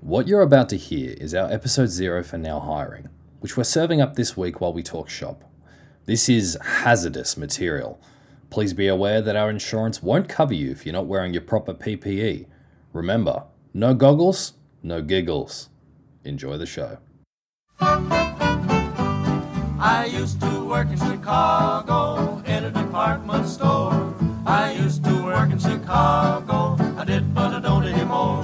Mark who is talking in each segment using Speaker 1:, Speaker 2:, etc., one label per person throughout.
Speaker 1: What you're about to hear is our episode zero for Now Hiring, which we're serving up this week while we talk shop. This is hazardous material. Please be aware that our insurance won't cover you if you're not wearing your proper PPE. Remember, no goggles, no giggles. Enjoy the show.
Speaker 2: I used to work in Chicago in a department store. I used to work in Chicago. I did, but I don't anymore.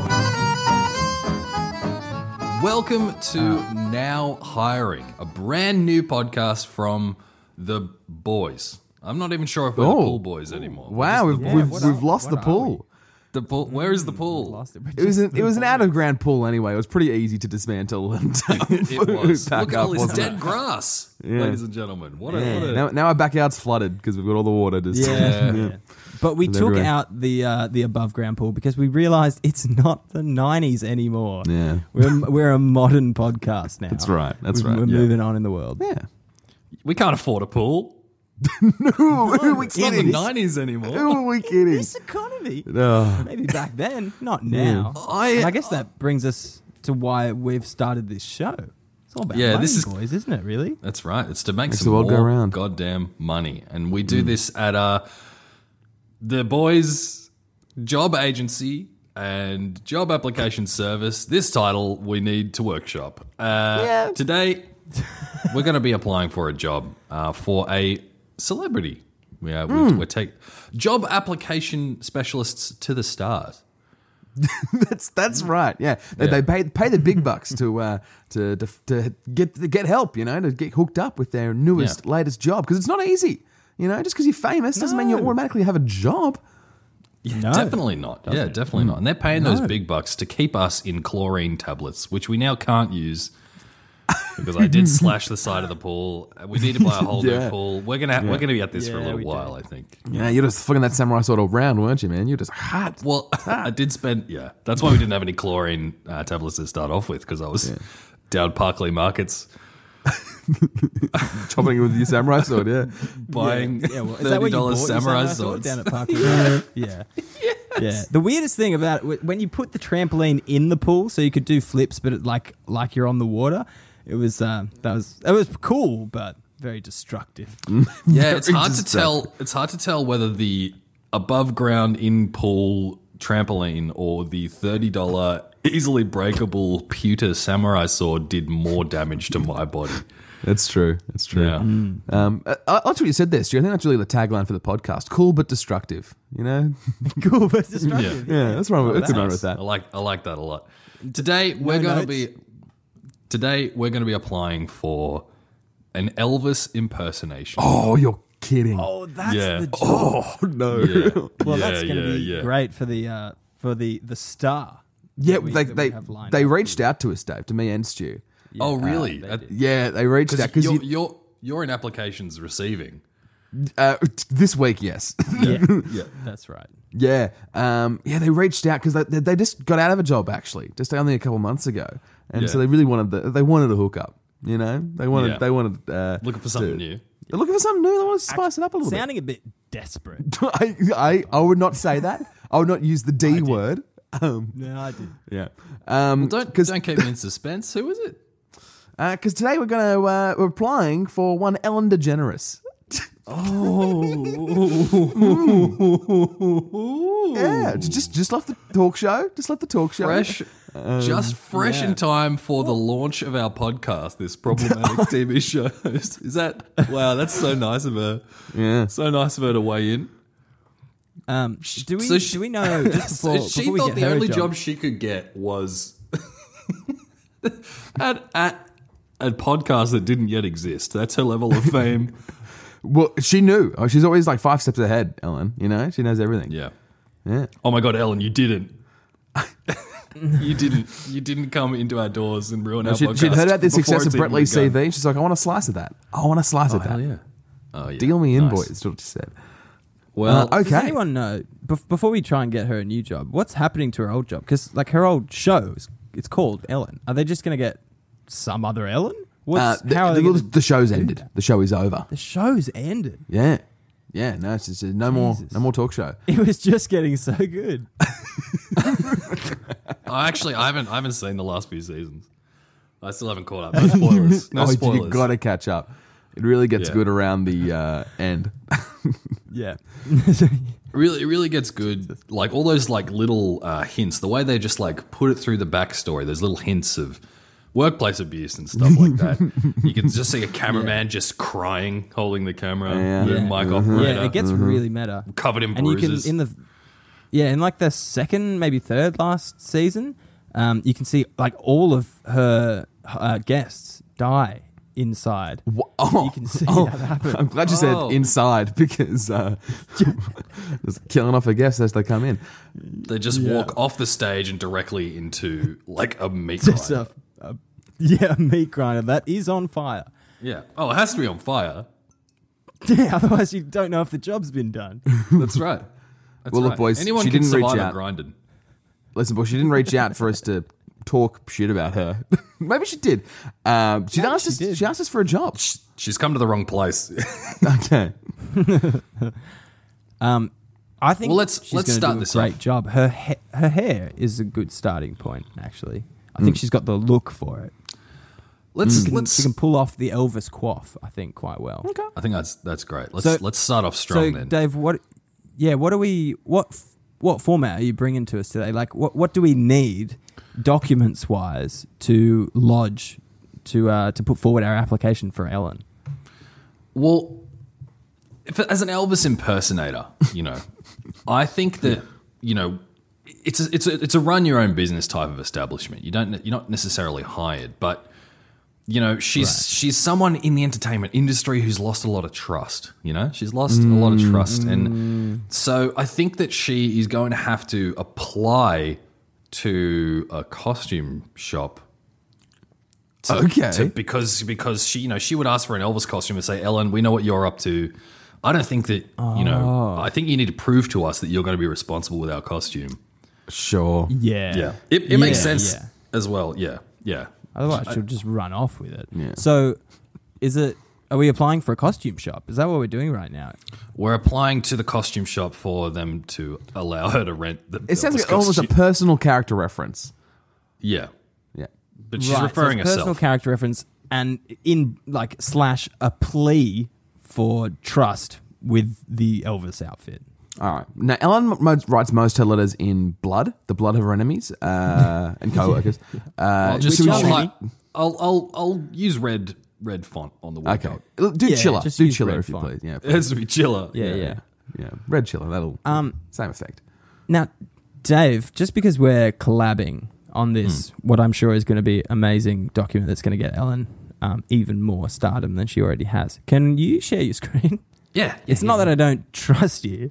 Speaker 3: Welcome to
Speaker 4: Uh.
Speaker 3: Now Hiring, a brand new podcast from the boys. I'm not even sure if we're the
Speaker 4: Oh.
Speaker 3: pool boys anymore.
Speaker 4: Wow, we've we've,
Speaker 5: what
Speaker 4: we've
Speaker 5: are-
Speaker 4: lost
Speaker 5: what
Speaker 4: the
Speaker 5: are
Speaker 4: pool.
Speaker 3: The pool, where is the pool?
Speaker 5: Lost it. We're
Speaker 4: It was
Speaker 5: just
Speaker 4: an, it was an
Speaker 5: the
Speaker 4: out
Speaker 5: boys.
Speaker 4: of ground pool anyway. It was pretty easy to dismantle and
Speaker 3: It was.
Speaker 4: back
Speaker 3: Look at
Speaker 4: up.
Speaker 3: all this
Speaker 4: wasn't it?
Speaker 3: dead grass, ladies and gentlemen. What a, what a
Speaker 4: Now, now our backyard's flooded because we've got all the water. Just
Speaker 5: Yeah. But we took
Speaker 4: everywhere.
Speaker 5: out the uh, the above ground pool because we realized it's not the 90s anymore.
Speaker 4: Yeah.
Speaker 5: We're, we're a modern podcast now.
Speaker 4: That's right, that's
Speaker 5: We're-
Speaker 4: right,
Speaker 5: We're
Speaker 4: yeah.
Speaker 5: moving on in the world.
Speaker 4: yeah.
Speaker 3: we can't afford a pool.
Speaker 4: Who are we
Speaker 3: It's not the
Speaker 4: kidding?
Speaker 3: nineties
Speaker 4: Who
Speaker 3: anymore.
Speaker 4: are we kidding?
Speaker 5: This economy.
Speaker 4: Oh.
Speaker 5: Maybe back then, not now.
Speaker 3: I-
Speaker 5: And I guess that brings us to why we've started this show. It's all about
Speaker 3: Yeah,
Speaker 5: money,
Speaker 3: this is-
Speaker 5: boys, isn't it? Really?
Speaker 3: That's right. It's to make
Speaker 4: Makes
Speaker 3: some
Speaker 4: the world go
Speaker 3: more
Speaker 4: round. Mm.
Speaker 3: goddamn money, and we do this at uh, the boys' job agency and job application service. This title we need to workshop. Uh, Today, we're going to be applying for a job uh, for a celebrity. We, uh, we,
Speaker 4: Hmm.
Speaker 3: we take job application specialists to the stars.
Speaker 4: That's that's right. Yeah, they, they pay pay the big bucks to uh, to, to to get to get help. You know, to get hooked up with their newest,
Speaker 3: Yeah.
Speaker 4: latest job because it's not easy. You know, just because you're famous doesn't mean you
Speaker 5: No.
Speaker 4: automatically have a job.
Speaker 5: no.
Speaker 3: Definitely not. Yeah, definitely not. And they're paying those big bucks to keep us in chlorine tablets, which we now can't use because I did slash the side of the pool. We need to buy a whole new
Speaker 4: Yeah.
Speaker 3: pool. We're gonna we're gonna be at this for a
Speaker 5: Yeah,
Speaker 3: little
Speaker 5: we do.
Speaker 3: while, I think.
Speaker 4: Yeah, you're just fucking that samurai sword all round, weren't you, man? You're just hot.
Speaker 3: Well, I did spend. Yeah, that's why we didn't have any chlorine uh, tablets to start off with because I was down Parkley Markets
Speaker 4: chopping it with your samurai sword. Yeah,
Speaker 3: buying
Speaker 5: Yeah, well, is that
Speaker 3: thirty
Speaker 5: what you bought
Speaker 3: dollars
Speaker 5: your
Speaker 3: samurai
Speaker 5: sword
Speaker 3: swords.
Speaker 5: down at Park? yeah. yeah. Yeah. The weirdest thing about it, when you put the trampoline in the pool, so you could do flips, but it, like like you're on the water, it was uh, that was it was cool, but very destructive.
Speaker 3: Hmm? Yeah, it's hard to
Speaker 4: interesting.
Speaker 3: tell. It's hard to tell whether the above ground in pool trampoline or the thirty dollar easily breakable pewter samurai sword did more damage to my body.
Speaker 4: that's true. That's true.
Speaker 3: Yeah.
Speaker 4: Um, I, I liked what you said there, Stu. I think that's really the tagline for the podcast: "Cool but destructive." You know?
Speaker 5: cool, but destructive.
Speaker 4: yeah, that's wrong. With, that's wrong with
Speaker 3: I
Speaker 4: that.
Speaker 3: like I like that a lot. Today we're
Speaker 5: no,
Speaker 3: gonna be today we're gonna be applying for an Elvis impersonation.
Speaker 4: Oh, you're kidding.
Speaker 5: Oh, that's
Speaker 3: Yeah.
Speaker 5: the job.
Speaker 4: Oh, no.
Speaker 3: Yeah.
Speaker 5: well,
Speaker 3: Yeah,
Speaker 5: that's going to
Speaker 3: yeah,
Speaker 5: be
Speaker 3: yeah.
Speaker 5: great for the uh, for the the star.
Speaker 4: Yeah,
Speaker 5: that we-
Speaker 4: they
Speaker 5: that we
Speaker 4: they,
Speaker 5: have lined
Speaker 4: they
Speaker 5: up.
Speaker 4: reached out to us, Dave, to me and Stu.
Speaker 3: oh, really? That-
Speaker 4: Yeah, they reached out because
Speaker 3: you're, you're you're in applications receiving.
Speaker 4: uh, t- this week, yes,
Speaker 5: Yeah,
Speaker 3: Yeah.
Speaker 5: that's right.
Speaker 4: yeah, um, yeah, they reached out because they, they they just got out of a job actually, just only a couple months ago, and
Speaker 3: Yeah.
Speaker 4: so they really wanted the, they wanted a hookup, you know, they wanted
Speaker 3: Yeah.
Speaker 4: they wanted uh,
Speaker 3: Looking for something new.
Speaker 4: They're looking for something new. They want to spice it up a little
Speaker 5: Sounding a bit desperate.
Speaker 4: bit. I, I I would not say that. I would not use the D word. Um,
Speaker 5: No, I did.
Speaker 4: yeah. Um,
Speaker 3: Don't don't keep me in suspense. Who is it?
Speaker 4: Because today we're going to, uh, we're applying for one Ellen DeGeneres. oh. yeah, j- just, just left the talk show. Just left the talk show.
Speaker 3: fresh, just fresh in time for the launch of our podcast. This problematic TV show host is that. Wow, that's so nice of her.
Speaker 4: Yeah.
Speaker 3: So nice of her to weigh in.
Speaker 5: Um, do we
Speaker 3: so she-
Speaker 5: do we know just
Speaker 3: So
Speaker 5: before,
Speaker 3: she
Speaker 5: before we
Speaker 3: thought
Speaker 5: get
Speaker 3: the
Speaker 5: her a
Speaker 3: only
Speaker 5: job,
Speaker 3: job. she could get was at at a podcast that didn't yet exist. That's her level of fame.
Speaker 4: Well, she knew. Oh, she's always like five steps ahead, Ellen. You know, she knows everything.
Speaker 3: yeah.
Speaker 4: Yeah.
Speaker 3: Oh my God, Ellen, you didn't. you didn't. You didn't come into our doors and ruin our
Speaker 4: She,
Speaker 3: podcast.
Speaker 4: she'd heard about the success
Speaker 3: before
Speaker 4: of
Speaker 3: it's
Speaker 4: Brett
Speaker 3: even
Speaker 4: Lee's
Speaker 3: begun.
Speaker 4: CV. She's like, I want a slice of that. I want a slice of that.
Speaker 3: Hell yeah. Oh, yeah.
Speaker 4: Deal me in,
Speaker 3: Nice.
Speaker 4: boys. That's what she said.
Speaker 3: Well,
Speaker 4: Uh, okay.
Speaker 5: Does anyone know bef- before we try and get her a new job? What's happening to her old job? Because like her old show, is, it's called Ellen. Are they just going to get some other Ellen?
Speaker 4: Uh,
Speaker 5: What's
Speaker 4: the,
Speaker 5: how are
Speaker 4: the,
Speaker 5: they gonna-
Speaker 4: the show's ended. The show is over.
Speaker 5: the show's ended?
Speaker 4: Yeah, yeah. No, it's just, uh, no more, no more talk show.
Speaker 5: It was just getting so good.
Speaker 3: I actually I haven't I haven't seen the last few seasons. I still haven't caught up. No spoilers. No
Speaker 4: oh,
Speaker 3: spoilers.
Speaker 4: you gotta catch up. It really gets
Speaker 3: Yeah.
Speaker 4: good around the uh, end.
Speaker 5: Yeah.
Speaker 3: really it really gets good like all those like little uh, hints the way they just like put it through the backstory there's little hints of workplace abuse and stuff like that you can just see a cameraman just crying holding the camera
Speaker 4: Yeah. Uh-huh.
Speaker 3: the
Speaker 4: Yeah. Mm-hmm.
Speaker 3: mic operator
Speaker 5: Yeah, it gets really meta.
Speaker 3: covered in
Speaker 5: and you can
Speaker 3: bruises
Speaker 5: in the yeah in like the second maybe third last season um, you can see like all of her uh, guests die inside
Speaker 4: Wha- Oh,
Speaker 5: You can see
Speaker 4: oh,
Speaker 5: that happen.
Speaker 4: I'm glad you
Speaker 3: Oh.
Speaker 4: said inside because uh, just killing off her guests as they come in.
Speaker 3: they just walk off the stage and directly into like a meat
Speaker 5: just
Speaker 3: grinder.
Speaker 5: a, a yeah a meat grinder that is on fire
Speaker 3: yeah oh it has to be on fire
Speaker 5: yeah otherwise you don't know if the job's been done
Speaker 3: that's right That's
Speaker 4: Well, look,
Speaker 3: right.
Speaker 4: boys,
Speaker 3: anyone
Speaker 4: she
Speaker 3: can
Speaker 4: didn't reach
Speaker 3: survive a
Speaker 4: out.
Speaker 3: grinding
Speaker 4: Listen, boy, she didn't reach out for us to talk shit about her. Maybe she did. Um, she asked us. She asked us for a job.
Speaker 3: she's come to the wrong place
Speaker 4: Okay.
Speaker 5: I think
Speaker 3: Well, let's-
Speaker 5: she's
Speaker 3: let's
Speaker 5: gonna
Speaker 3: start
Speaker 5: do a
Speaker 3: this
Speaker 5: great
Speaker 3: off.
Speaker 5: job her ha- her hair is a good starting point actually I
Speaker 3: Hmm.
Speaker 5: think she's got the look for it
Speaker 3: let's
Speaker 4: Mm.
Speaker 5: She can-
Speaker 3: let's
Speaker 5: she can pull off the Elvis quaff I think quite well
Speaker 3: i think that's that's great let's
Speaker 5: So-
Speaker 3: let's start off strong
Speaker 5: So,
Speaker 3: then
Speaker 5: Dave, what? Yeah, what are we? What f- what format are you bringing to us today? Like, what what do we need, documents wise, to lodge, to uh, to put forward our application for Ellen?
Speaker 3: Well, if, as an Elvis impersonator, you know, I think that you know, it's a, it's a, it's a run your own business type of establishment. You don't you're not necessarily hired, but you know, she's she's someone in the entertainment industry who's lost a lot of trust. You know, she's lost a lot of trust, and so I think that she is going to have to apply to a costume shop to-
Speaker 4: Okay.
Speaker 3: to- because because she you know she would ask for an Elvis costume and say, Ellen, we know what you're up to. I don't think that you know.
Speaker 5: Oh.
Speaker 3: I think you need to prove to us that you're going to be responsible with our costume.
Speaker 4: Sure.
Speaker 5: Yeah,
Speaker 3: it, it makes
Speaker 5: Yeah,
Speaker 3: sense
Speaker 5: yeah.
Speaker 3: as well. Yeah, yeah.
Speaker 5: Otherwise, she'll just run off with it. Yeah. So, is it? Are we applying for a costume shop? Is that what we're doing right now?
Speaker 3: We're applying to the costume shop for them to allow her to rent the.
Speaker 4: It sounds
Speaker 3: Elvis
Speaker 4: like almost a
Speaker 3: costume.
Speaker 4: personal character reference.
Speaker 3: yeah,
Speaker 4: Yeah.
Speaker 3: but she's
Speaker 5: Right, so it's
Speaker 3: referring
Speaker 5: Personal
Speaker 3: herself.
Speaker 5: character reference and in like slash a plea for trust with the Elvis outfit.
Speaker 4: All right. Now, Ellen m- most, writes most her letters in blood, the blood of her enemies uh, and co-workers. Uh,
Speaker 3: I'll just
Speaker 4: so we
Speaker 3: I'll,
Speaker 4: should-
Speaker 3: hi- I'll I'll I'll use red red font on the
Speaker 4: okay.
Speaker 3: workout.
Speaker 4: Do
Speaker 5: Yeah,
Speaker 4: chiller.
Speaker 5: just
Speaker 4: Do
Speaker 5: use
Speaker 4: chiller
Speaker 5: red
Speaker 4: if you
Speaker 5: font.
Speaker 4: please. Yeah.
Speaker 3: It has to be chiller.
Speaker 5: Yeah, yeah.
Speaker 4: Yeah. Red chiller. That'll um same effect.
Speaker 5: Now, Dave, just because we're collabing on this,
Speaker 3: Hmm.
Speaker 5: what I'm sure is going to be amazing document that's going to get Ellen um, even more stardom than she already has. Can you share your screen?
Speaker 3: yeah.
Speaker 5: It's not that I don't trust you;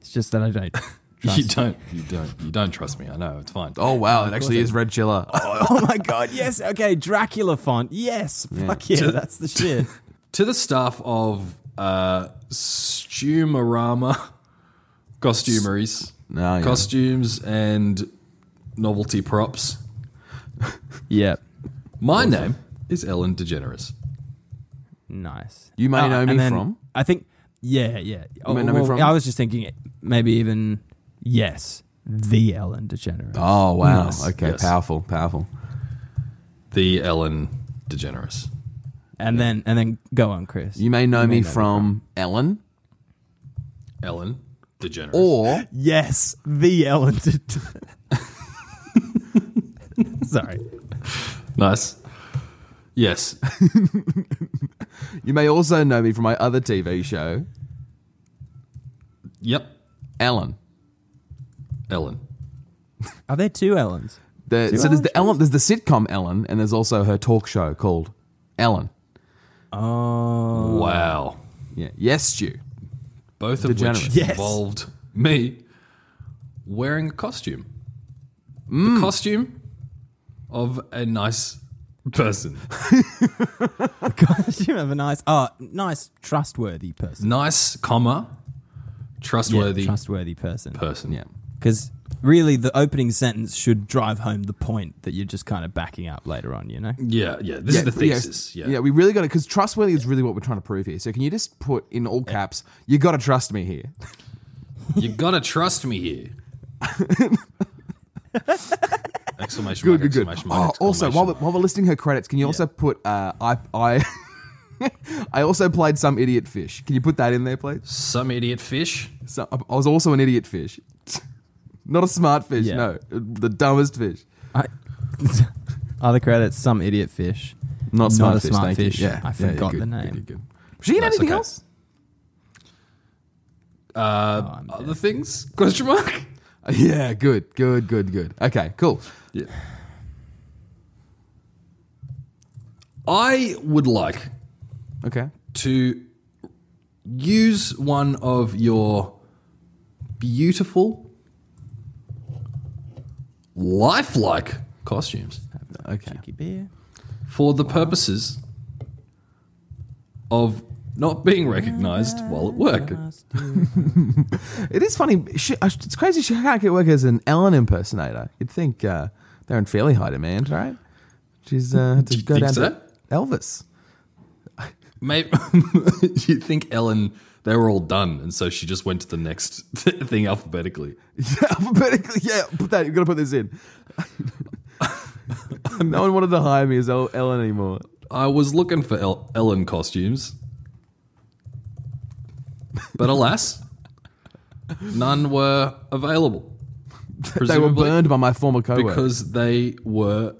Speaker 5: it's just that I don't. Trust
Speaker 3: you don't you don't you don't trust me. I know it's fine.
Speaker 4: Oh wow! It actually is red chiller.
Speaker 5: Oh my god! Yes. Okay, Dracula font. Yes. Fuck yeah! That's the shit.
Speaker 3: to the staff of uh Stumorama costumeries.
Speaker 4: No, yeah.
Speaker 3: Costumes and novelty props.
Speaker 5: yeah.
Speaker 3: My name is Ellen DeGeneres.
Speaker 5: Nice.
Speaker 4: You may know
Speaker 5: and
Speaker 4: me
Speaker 5: then
Speaker 4: from?
Speaker 5: I think. Yeah, yeah. You
Speaker 4: may know me from?
Speaker 5: I was just thinking, it- maybe even yes, the Ellen DeGeneres.
Speaker 4: Oh wow! okay,
Speaker 3: yes.
Speaker 4: powerful, powerful.
Speaker 3: The Ellen DeGeneres.
Speaker 5: and then and then go on, Chris.
Speaker 4: You may know
Speaker 5: may
Speaker 4: me
Speaker 5: know me
Speaker 4: from Ellen
Speaker 3: Ellen DeGeneres.
Speaker 4: or
Speaker 5: yes, the Ellen. De- Sorry.
Speaker 3: nice. Yes.
Speaker 4: you may also know me from my other TV show,
Speaker 3: yep.
Speaker 4: Ellen.
Speaker 3: Ellen.
Speaker 5: Are there two Ellens?
Speaker 4: The, so there's the Ellen, there's the sitcom Ellen, and there's also her talk show called Ellen.
Speaker 5: Oh,
Speaker 3: Wow.
Speaker 4: Yeah, yes, Stu.
Speaker 3: Both of
Speaker 4: DeGeneres.
Speaker 3: which
Speaker 5: Yes.
Speaker 3: involved me wearing a costume.
Speaker 4: Hmm.
Speaker 3: The costume of a nice person.
Speaker 5: gosh, you have a nice, oh, nice, trustworthy person.
Speaker 3: nice, comma,
Speaker 5: Yeah,
Speaker 3: trustworthy
Speaker 5: trustworthy person.
Speaker 3: person.
Speaker 4: Yeah,
Speaker 5: Because really, the opening sentence should drive home the point that you're just kind of backing up later on. You know.
Speaker 3: yeah, yeah. This is the thesis. Yeah,
Speaker 4: yeah. We really got it because trustworthy is really what we're trying to prove here. So can you just put in all caps? You got to trust me here.
Speaker 3: you gotta trust me here. Exclamation
Speaker 4: Good,
Speaker 3: mark!
Speaker 4: good, good.
Speaker 3: Exclamation
Speaker 4: Oh,
Speaker 3: mark!
Speaker 4: also,
Speaker 3: exclamation
Speaker 4: while we're,
Speaker 3: mark.
Speaker 4: while we're listing her credits, can you also put uh, I I I also played some idiot fish. Can you put that in there, please?
Speaker 3: some idiot fish.
Speaker 4: So, I was also an idiot fish, not a smart fish.
Speaker 5: Yeah.
Speaker 4: No, the dumbest fish.
Speaker 5: I, other credits, some idiot fish.
Speaker 4: Not smart
Speaker 5: Not a
Speaker 4: fish.
Speaker 5: smart
Speaker 4: thank you.
Speaker 5: fish.
Speaker 4: Yeah,
Speaker 5: I
Speaker 4: yeah,
Speaker 5: forgot
Speaker 4: good,
Speaker 5: the
Speaker 4: good,
Speaker 5: name.
Speaker 4: good, good. Was she in
Speaker 3: That's
Speaker 4: anything
Speaker 3: okay.
Speaker 4: else?
Speaker 3: Uh, other things? Question mark.
Speaker 4: Uh, Yeah, good, good, good, good. Okay, cool.
Speaker 3: I would like
Speaker 4: Okay.
Speaker 3: to use one of your beautiful, lifelike costumes
Speaker 4: Okay.
Speaker 5: Cheeky beer.
Speaker 3: for the purposes of not being recognized while at work.
Speaker 4: It is funny. She, uh, it's crazy she can't get work as an Ellen impersonator. You'd think uh, they're in fairly high demand, right? She's uh, had to
Speaker 3: you
Speaker 4: go
Speaker 3: think
Speaker 4: down
Speaker 3: so?
Speaker 4: to Elvis.
Speaker 3: Maybe you think Ellen, they were all done, and so she just went to the next thing alphabetically.
Speaker 4: Yeah, alphabetically. Yeah, put that. You've got to put this in. no one wanted to hire me as El- Ellen anymore.
Speaker 3: I was looking for El- Ellen costumes, but alas, none were available.
Speaker 4: They were
Speaker 3: Presumably
Speaker 4: burned by my former coworker.
Speaker 3: because they were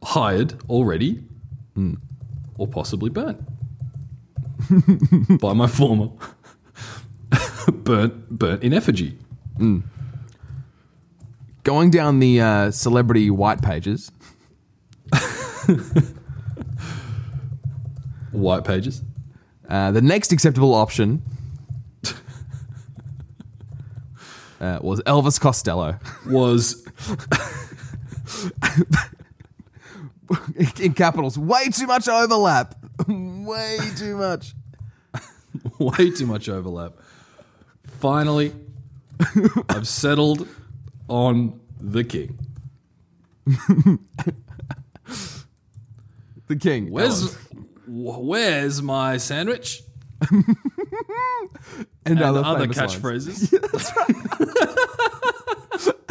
Speaker 3: hired already, hmm, or possibly burnt by my former burnt burnt in effigy.
Speaker 4: Going down the uh, celebrity white pages.
Speaker 3: White pages.
Speaker 4: Uh, the next acceptable option uh, was Elvis Costello.
Speaker 3: was
Speaker 4: in capitals. Way too much overlap. Way too much.
Speaker 3: way too much overlap. Finally, I've settled on the king.
Speaker 4: The king.
Speaker 3: Where's wh- where's my sandwich
Speaker 4: and,
Speaker 3: and
Speaker 4: other,
Speaker 3: other
Speaker 4: famous lines.
Speaker 3: catchphrases?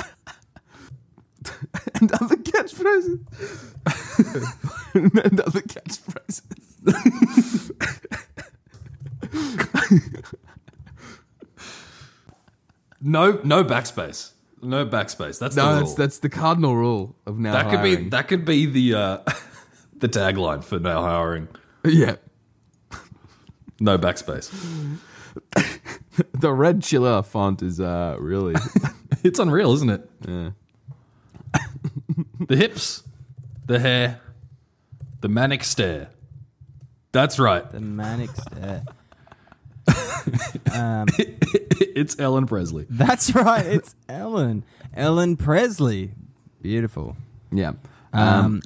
Speaker 4: And other catchphrases. and other catchphrases.
Speaker 3: No, no backspace. No backspace. That's
Speaker 4: No,
Speaker 3: the
Speaker 4: that's
Speaker 3: rule.
Speaker 4: that's the cardinal rule of now.
Speaker 3: that could
Speaker 4: hiring.
Speaker 3: be that could be the uh, the tagline for now hiring.
Speaker 4: Yeah,
Speaker 3: No backspace.
Speaker 4: the red chiller font is uh really.
Speaker 3: It's unreal, isn't it? the hips, the hair, the manic stare. That's right.
Speaker 5: The manic stare.
Speaker 3: it's Ellen Presley.
Speaker 5: That's right. It's Ellen. Ellen Presley. Beautiful.
Speaker 4: yeah. Uh,
Speaker 5: Um,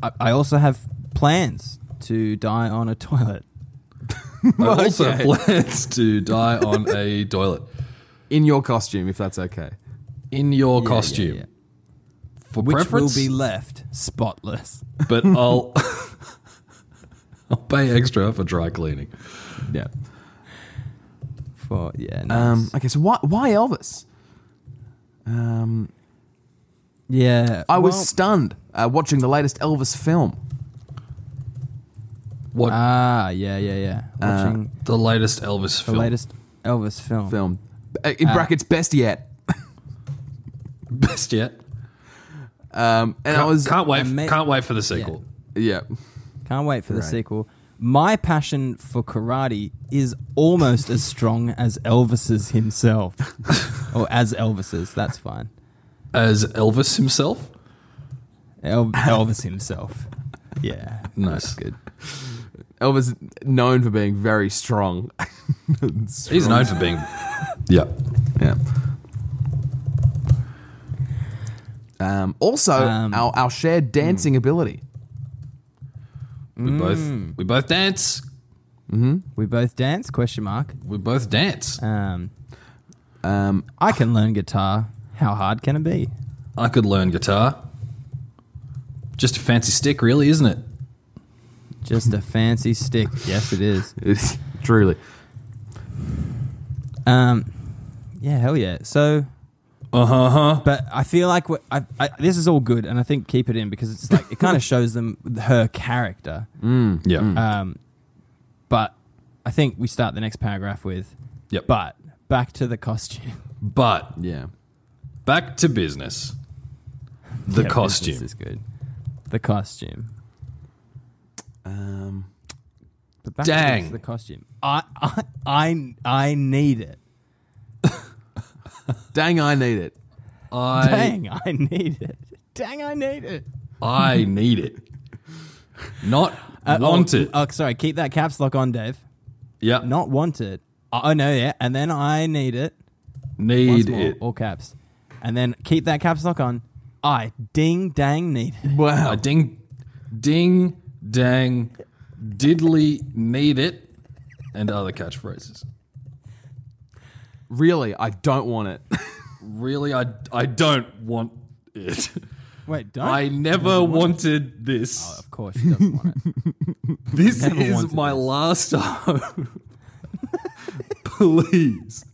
Speaker 5: I, I also have plans to die on a toilet.
Speaker 3: I also plans to die on a toilet
Speaker 4: in your costume, if that's okay.
Speaker 3: in your
Speaker 5: Yeah, yeah,
Speaker 3: costume
Speaker 5: yeah.
Speaker 3: for
Speaker 5: Which
Speaker 3: preference,
Speaker 5: will be left spotless.
Speaker 3: but I'll I'll pay extra for dry cleaning.
Speaker 4: Yeah.
Speaker 5: For yeah, nice.
Speaker 4: Um. Okay. So why why Elvis? Um.
Speaker 5: yeah.
Speaker 4: I was
Speaker 5: well,
Speaker 4: stunned uh, watching the latest Elvis film.
Speaker 3: What
Speaker 5: ah yeah yeah yeah. Watching
Speaker 3: the latest Elvis
Speaker 5: the
Speaker 3: film?
Speaker 5: latest Elvis film.
Speaker 4: Film. Uh,
Speaker 3: Ah.
Speaker 4: In brackets, best yet.
Speaker 3: Best yet.
Speaker 4: Um. And I
Speaker 3: Can't-
Speaker 4: was
Speaker 3: can't wait.
Speaker 5: ama-
Speaker 3: can't wait for the sequel.
Speaker 4: yeah.
Speaker 5: Can't wait for the
Speaker 4: Right.
Speaker 5: sequel. My passion for karate is almost as strong as Elvis's himself, or as Elvis's. That's fine.
Speaker 3: As Elvis himself.
Speaker 5: El- Elvis himself. Yeah,
Speaker 3: Nice.
Speaker 5: good.
Speaker 4: Elvis known for being very strong.
Speaker 3: He's known for being. Yeah.
Speaker 4: Yeah. Um, also,
Speaker 5: Um,
Speaker 4: our, our
Speaker 3: hmm.
Speaker 4: shared dancing ability.
Speaker 3: We
Speaker 5: Mm.
Speaker 3: both we both dance.
Speaker 5: We both dance? Question mark.
Speaker 3: We both dance.
Speaker 5: Um,
Speaker 4: Um,
Speaker 5: I can learn guitar. How hard can it be?
Speaker 3: I could learn guitar. Just a fancy stick, really, isn't it?
Speaker 5: Just a fancy stick. Yes, it is.
Speaker 4: it's truly.
Speaker 5: Um, yeah, hell yeah. So But I feel like wh- I, I, this is all good, and I think keep it in because it's like it kind of shows them her character.
Speaker 3: Yeah.
Speaker 5: Um, but I think we start the next paragraph with,
Speaker 3: Yep.
Speaker 5: Uh, but back to the costume.
Speaker 3: But
Speaker 4: Yeah.
Speaker 3: back to business. The
Speaker 5: Yeah,
Speaker 3: costume.
Speaker 5: This is good. The costume.
Speaker 4: Um,
Speaker 5: But back
Speaker 3: Dang.
Speaker 5: To the costume. I, I, I, I need it.
Speaker 4: dang, I need it.
Speaker 3: I
Speaker 5: Dang, I need it. Dang, I need it.
Speaker 3: I need it. Not want
Speaker 5: oh,
Speaker 3: it.
Speaker 5: Oh, sorry. Keep that caps lock on, Dave.
Speaker 3: yeah.
Speaker 5: Not want it. Oh, no, yeah. And then I need it. Once
Speaker 3: need
Speaker 5: more,
Speaker 3: it.
Speaker 5: All caps. And then keep that caps lock on. I ding dang need it.
Speaker 4: Wow.
Speaker 3: I ding, ding, dang, diddly need it, and other catchphrases.
Speaker 4: really, I don't want it.
Speaker 3: Really, I I don't want it.
Speaker 5: Wait, don't.
Speaker 3: I never wanted this.
Speaker 5: of course she doesn't want it.
Speaker 3: This
Speaker 5: Uh, never
Speaker 3: is
Speaker 5: wanted
Speaker 3: my
Speaker 5: this.
Speaker 3: last home. Please.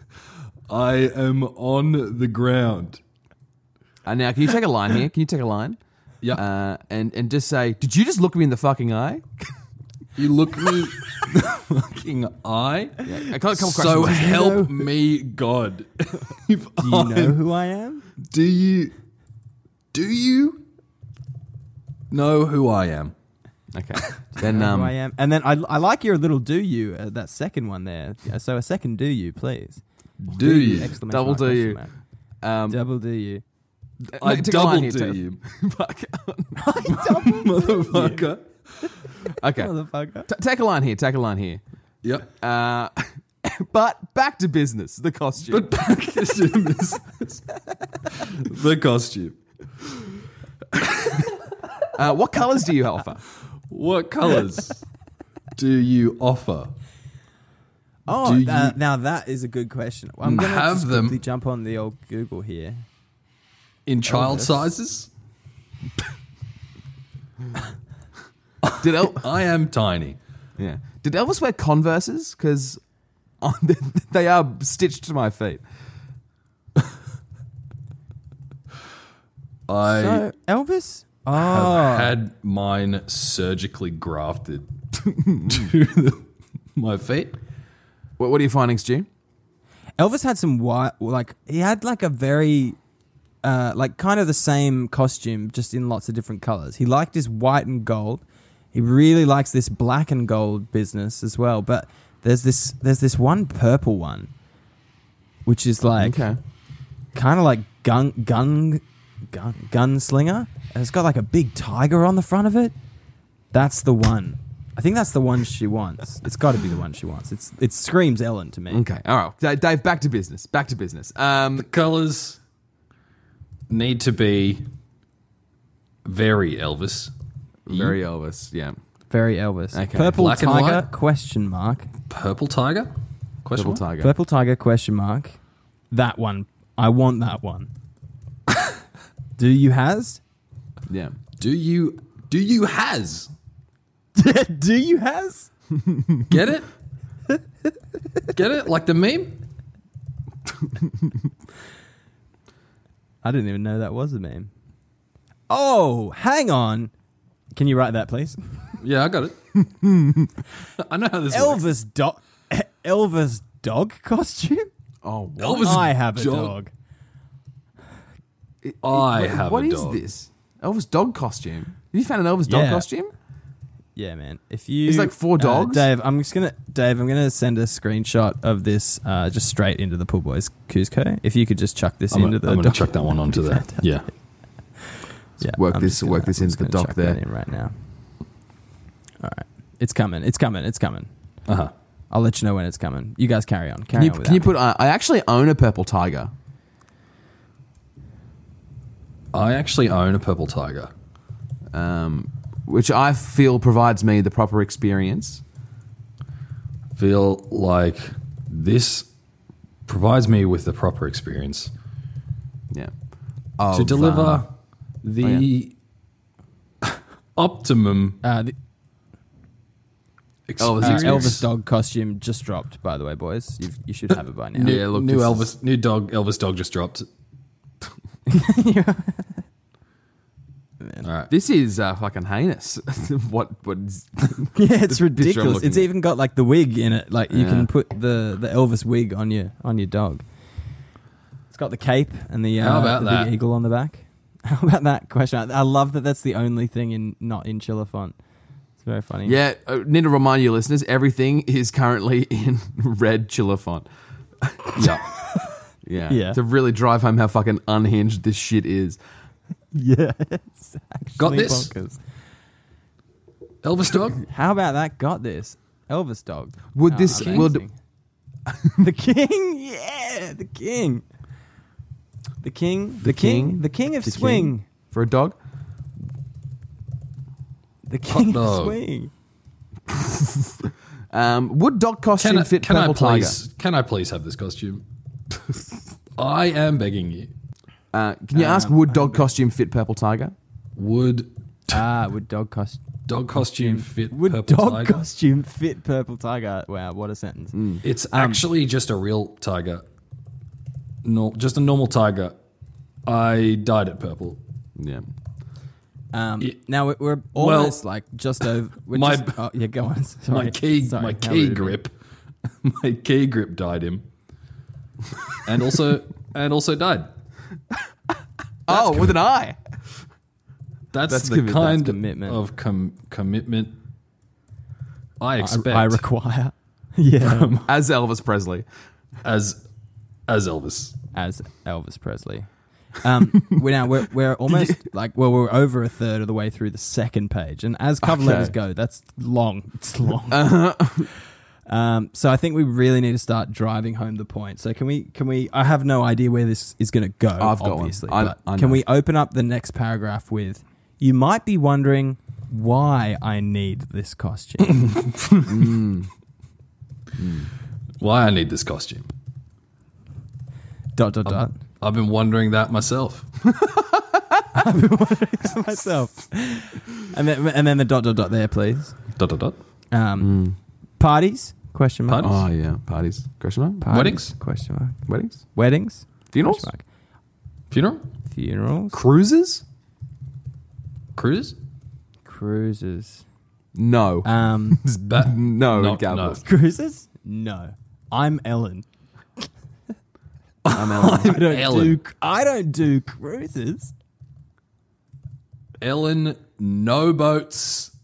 Speaker 3: I am on the ground.
Speaker 4: Uh, now, can you take a line here? Can you take a line?
Speaker 3: Yeah.
Speaker 4: Uh, and and just say, did you just look me in the fucking eye?
Speaker 3: you look me in the fucking eye.
Speaker 4: Yeah, a couple, couple
Speaker 3: So
Speaker 4: questions.
Speaker 3: help me God. If
Speaker 5: Do you know who I am?
Speaker 3: Do you do you know who I am?
Speaker 4: Okay. Then um,
Speaker 5: who I am. And then I, I like your little do you, uh, that second one there. Yeah, so a second do you, please.
Speaker 3: Do you?
Speaker 5: Exclamation
Speaker 4: Double
Speaker 5: mark,
Speaker 4: do
Speaker 5: question
Speaker 4: you.
Speaker 5: mark.
Speaker 4: um,
Speaker 5: Double do you.
Speaker 3: I
Speaker 4: take a
Speaker 3: double
Speaker 4: line here,
Speaker 3: do
Speaker 4: take-
Speaker 3: you,
Speaker 4: Fuck.
Speaker 3: motherfucker.
Speaker 4: okay.
Speaker 5: Motherfucker.
Speaker 4: T- take a line here. Take a line here.
Speaker 3: Yep.
Speaker 4: Uh, but back to business. The costume.
Speaker 3: But back to business. the costume.
Speaker 4: uh, what colors do you offer?
Speaker 3: What colors do you offer?
Speaker 5: Oh,
Speaker 3: Do
Speaker 5: tha-
Speaker 3: you- Mm,
Speaker 5: now that is a good question. I'm going
Speaker 3: Have
Speaker 5: to
Speaker 3: them.
Speaker 5: quickly jump on the old Google here.
Speaker 3: In child
Speaker 5: Elvis.
Speaker 3: sizes?
Speaker 4: Did El-
Speaker 3: I am tiny.
Speaker 4: yeah. Did Elvis wear Converses? Because they are stitched to my feet.
Speaker 3: I
Speaker 5: So, Elvis?
Speaker 3: have
Speaker 5: Oh,
Speaker 3: had mine surgically grafted to the, my feet.
Speaker 4: What, what are your findings, Jim?
Speaker 5: Elvis had some white, like he had like a very, uh, like kind of the same costume, just in lots of different colors. He liked his white and gold. He really likes this black and gold business as well. But there's this, there's this one purple one, which is like kind of like gun, gun, gun, gunslinger, and it's got like a big tiger on the front of it. That's the one. I think that's the one she wants. It's got to be the one she wants. It's it screams Ellen to me.
Speaker 4: Okay. All right. Da- Dave, back to business. Back to business. Um,
Speaker 3: colors need to be very Elvis.
Speaker 4: very Elvis. Yeah.
Speaker 5: Very Elvis.
Speaker 4: Okay.
Speaker 5: Purple
Speaker 3: Black and
Speaker 5: tiger
Speaker 3: white?
Speaker 5: question mark.
Speaker 3: Purple tiger? Question
Speaker 4: Purple
Speaker 3: mark?
Speaker 4: tiger.
Speaker 5: Purple tiger question mark. That one. I want that one. Do you has?
Speaker 4: Yeah.
Speaker 3: Do you do you has?
Speaker 5: Do you has?
Speaker 3: Get it? Get it? Like the meme?
Speaker 5: I didn't even know that was a meme. Oh, hang on. Can you write that, please?
Speaker 3: Yeah, I got it. I know how this works.
Speaker 5: Elvis dog. Elvis dog costume.
Speaker 4: Oh, what?
Speaker 3: Elvis
Speaker 5: I have a
Speaker 3: dog.
Speaker 5: dog.
Speaker 3: I have
Speaker 4: What
Speaker 3: a
Speaker 4: is
Speaker 3: dog.
Speaker 4: this? Elvis dog costume. Have you found an Elvis dog
Speaker 5: Yeah.
Speaker 4: costume?
Speaker 5: Yeah, man. If you,
Speaker 4: It's like four
Speaker 5: uh,
Speaker 4: dogs?
Speaker 5: Dave, I'm just gonna Dave. I'm gonna send a screenshot of this uh, just straight into the Pool Boys Cuzco. If you could just chuck this
Speaker 3: I'm,
Speaker 5: into
Speaker 3: gonna-
Speaker 5: the
Speaker 3: I'm gonna
Speaker 5: doc-
Speaker 3: chuck that one onto there. Yeah.
Speaker 5: Yeah,
Speaker 4: Work
Speaker 5: I'm
Speaker 4: this-
Speaker 5: just gonna-
Speaker 4: work this
Speaker 5: I'm just
Speaker 4: into the
Speaker 5: gonna
Speaker 4: doc
Speaker 5: chuck that
Speaker 4: there.
Speaker 5: in right now. All right, it's coming. It's coming. It's coming.
Speaker 3: Uh huh.
Speaker 5: I'll let you know when it's coming. You guys carry on.
Speaker 4: Can
Speaker 5: Carry
Speaker 4: you,
Speaker 5: on.
Speaker 4: can you put? I I actually own a purple tiger.
Speaker 3: I actually own a purple tiger.
Speaker 4: um, which I feel provides me the proper experience.
Speaker 3: Feel like this provides me with the proper experience.
Speaker 4: Yeah.
Speaker 3: to
Speaker 4: Of,
Speaker 3: deliver
Speaker 4: uh,
Speaker 3: the
Speaker 4: oh,
Speaker 3: optimum
Speaker 5: Uh, the
Speaker 3: experience.
Speaker 5: uh, Elvis dog costume just dropped. By the way, boys, You've, you should have it by now.
Speaker 3: New,
Speaker 4: Yeah, look,
Speaker 3: new
Speaker 4: this
Speaker 3: Elvis, new dog. Elvis dog just dropped. All right.
Speaker 4: This is uh, fucking heinous. what? What? Is,
Speaker 5: Yeah, it's
Speaker 4: The picture I'm
Speaker 5: ridiculous.
Speaker 4: looking
Speaker 5: It's
Speaker 4: at.
Speaker 5: even got like the wig in it. Like you
Speaker 4: Yeah.
Speaker 5: can put the, the Elvis wig on your on your dog. It's got the cape and the, uh,
Speaker 3: How about
Speaker 5: the
Speaker 3: that?
Speaker 5: big eagle on the back. How about that question? I, I love that. That's the only thing in not in Chilla font. It's very funny.
Speaker 4: yeah. uh, Need to remind you, listeners, everything is currently in red chiller font.
Speaker 3: Yeah.
Speaker 4: Yeah.
Speaker 5: Yeah.
Speaker 4: To really drive home how fucking unhinged this shit is.
Speaker 5: yeah. It's
Speaker 3: Got
Speaker 5: actually
Speaker 3: this?
Speaker 5: bonkers.
Speaker 3: Elvis dog.
Speaker 5: How about that? Got this Elvis dog.
Speaker 4: Would this-
Speaker 5: amazing.
Speaker 4: would-
Speaker 5: the king? Yeah, the king. The king. The, king,
Speaker 4: king,
Speaker 5: The king of
Speaker 4: the king.
Speaker 5: swing.
Speaker 4: For a dog?
Speaker 5: The king of
Speaker 3: dog.
Speaker 5: swing.
Speaker 4: Um, would dog costume
Speaker 3: Can I,
Speaker 4: fit
Speaker 3: can I
Speaker 4: purple tiger?
Speaker 3: please? Can I please have this costume? I am begging you.
Speaker 4: Uh, can you ask, would dog costume fit purple tiger?
Speaker 3: Would
Speaker 5: Ah, would dog cost?
Speaker 3: dog costume fit
Speaker 5: Would
Speaker 3: purple
Speaker 5: dog
Speaker 3: tiger? Mm.
Speaker 5: costume fit purple tiger? Wow, what a sentence!
Speaker 3: It's
Speaker 5: Um,
Speaker 3: actually just a real tiger. No, just a normal tiger. I dyed it purple.
Speaker 4: Yeah.
Speaker 5: Um,
Speaker 3: Yeah.
Speaker 5: now we're, we're
Speaker 3: Well,
Speaker 5: almost like just over. We're
Speaker 3: my-
Speaker 5: just, oh, yeah, go on. Sorry.
Speaker 3: My key,
Speaker 5: Sorry,
Speaker 3: my
Speaker 5: how
Speaker 3: key
Speaker 5: rude of me.
Speaker 3: grip, my key grip dyed him, and also and also died.
Speaker 4: oh, with an eye.
Speaker 3: That's,
Speaker 4: That's
Speaker 3: the
Speaker 4: commi- that's
Speaker 3: kind
Speaker 5: commitment.
Speaker 3: of com- commitment I expect Um,
Speaker 5: I, I require. Yeah,
Speaker 4: As Elvis Presley.
Speaker 3: as as Elvis.
Speaker 5: as Elvis Presley. Um, we're now we're, we're almost like well we're over a third of the way through the second page, and as cover
Speaker 4: Okay.
Speaker 5: letters go, that's long. It's long.
Speaker 4: Uh-huh.
Speaker 5: Um, so I think we really need to start driving home the point. So can we can we? I have no idea where this is going to go.
Speaker 4: I've got one.
Speaker 5: obviously,
Speaker 4: I-
Speaker 5: but
Speaker 4: I
Speaker 5: can
Speaker 4: know.
Speaker 5: we open up the next paragraph with? You might be wondering why I need this costume.
Speaker 3: Why I need this costume?
Speaker 5: dot dot dot.
Speaker 3: I've been wondering that myself.
Speaker 5: myself. and then and then the dot dot dot there, please.
Speaker 3: dot dot dot.
Speaker 4: Hmm.
Speaker 5: Um, Parties? Question mark.
Speaker 3: Pardon?
Speaker 4: Oh, yeah. Parties. Question mark?
Speaker 5: Parties,
Speaker 3: Weddings?
Speaker 5: Question mark.
Speaker 4: Weddings?
Speaker 5: Weddings?
Speaker 4: Funerals?
Speaker 5: Question mark.
Speaker 3: Funeral?
Speaker 5: Funerals?
Speaker 4: Cruises?
Speaker 3: Cruises?
Speaker 5: Cruises?
Speaker 4: No.
Speaker 5: Um,
Speaker 3: Ba-
Speaker 4: no,
Speaker 3: no,
Speaker 4: Gabriel.
Speaker 5: cruises? No. I'm Ellen.
Speaker 4: I'm Ellen.
Speaker 5: I don't
Speaker 3: Ellen.
Speaker 5: do. I don't do cruises.
Speaker 3: Ellen no boats.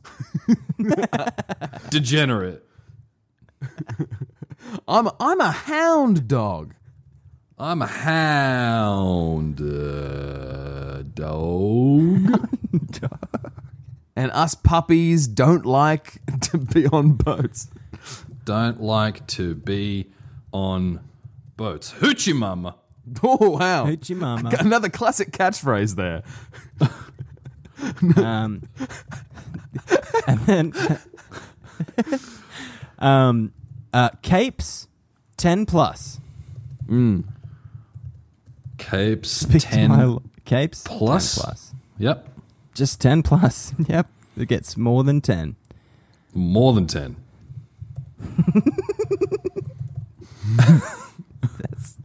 Speaker 3: Degenerate.
Speaker 4: I'm, I'm a hound dog.
Speaker 3: I'm a hound uh, dog.
Speaker 4: And us puppies don't like to be on boats.
Speaker 3: Don't like to be on boats. Hoochie mama.
Speaker 4: Oh, wow.
Speaker 5: Hoochie mama.
Speaker 4: Got Another classic catchphrase there.
Speaker 5: Um, and then um, uh, capes, ten plus.
Speaker 3: Capes
Speaker 5: Speak to my
Speaker 3: ten.
Speaker 5: l- capes 10
Speaker 3: plus?
Speaker 5: plus.
Speaker 3: Yep,
Speaker 5: Just ten plus. yep, it gets more than ten.
Speaker 3: more than ten.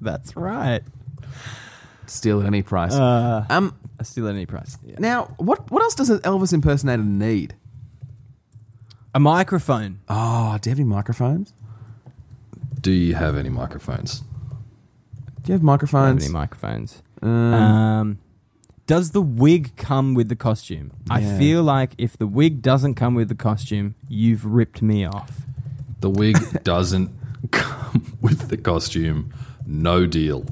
Speaker 5: That's right.
Speaker 4: Steal at any price.
Speaker 5: Uh,
Speaker 4: um,
Speaker 5: I steal at any price. Yeah.
Speaker 4: now, what, what else does an Elvis impersonator need?
Speaker 5: A microphone.
Speaker 4: Oh, do you have any microphones?
Speaker 3: Do you have any microphones?
Speaker 4: Do you have
Speaker 5: I don't
Speaker 4: microphones?
Speaker 5: have any microphones.
Speaker 4: Um,
Speaker 5: Um, does the wig come with the costume? I
Speaker 4: Yeah.
Speaker 5: feel like if the wig doesn't come with the costume, you've ripped me off.
Speaker 3: The wig doesn't come with the costume. No deal.